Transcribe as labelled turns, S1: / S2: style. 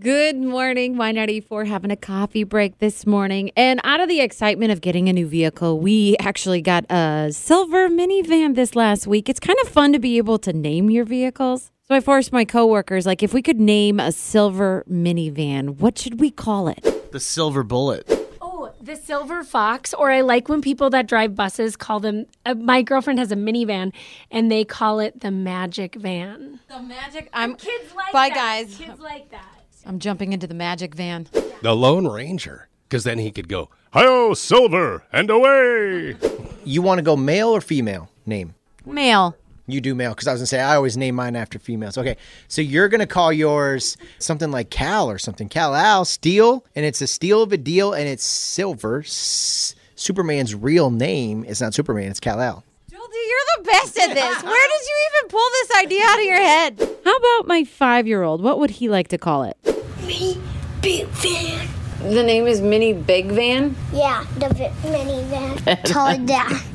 S1: Good morning, Y94. Having a coffee break this morning. And out of the excitement of getting a new vehicle, we actually got a silver minivan this last week. It's kind of fun to be able to name your vehicles. So I forced my coworkers, like, if we could name a silver minivan, what should we call it?
S2: The silver bullet.
S3: Oh, the silver fox, or I like when people that drive buses call them. Uh, my girlfriend has a minivan, and they call it the magic van.
S1: The magic. I'm
S3: Kids like
S1: Bye,
S3: that.
S1: guys.
S3: Kids like that.
S1: I'm jumping into the magic van.
S4: The Lone Ranger, because then he could go, "Hi, Silver, and away!"
S5: You want to go male or female name?
S1: Male.
S5: You do male because I was gonna say I always name mine after females. Okay, so you're gonna call yours something like Cal or something. Cal Al Steel, and it's a steal of a deal, and it's silver. S- Superman's real name is not Superman; it's Cal Al.
S1: Jolty, you're the best at this. Where did you even pull this idea out of your head? How about my five year old? What would he like to call it?
S6: Mini big van.
S1: The name is Mini Big Van.
S6: Yeah, the bit- minivan. Tall down.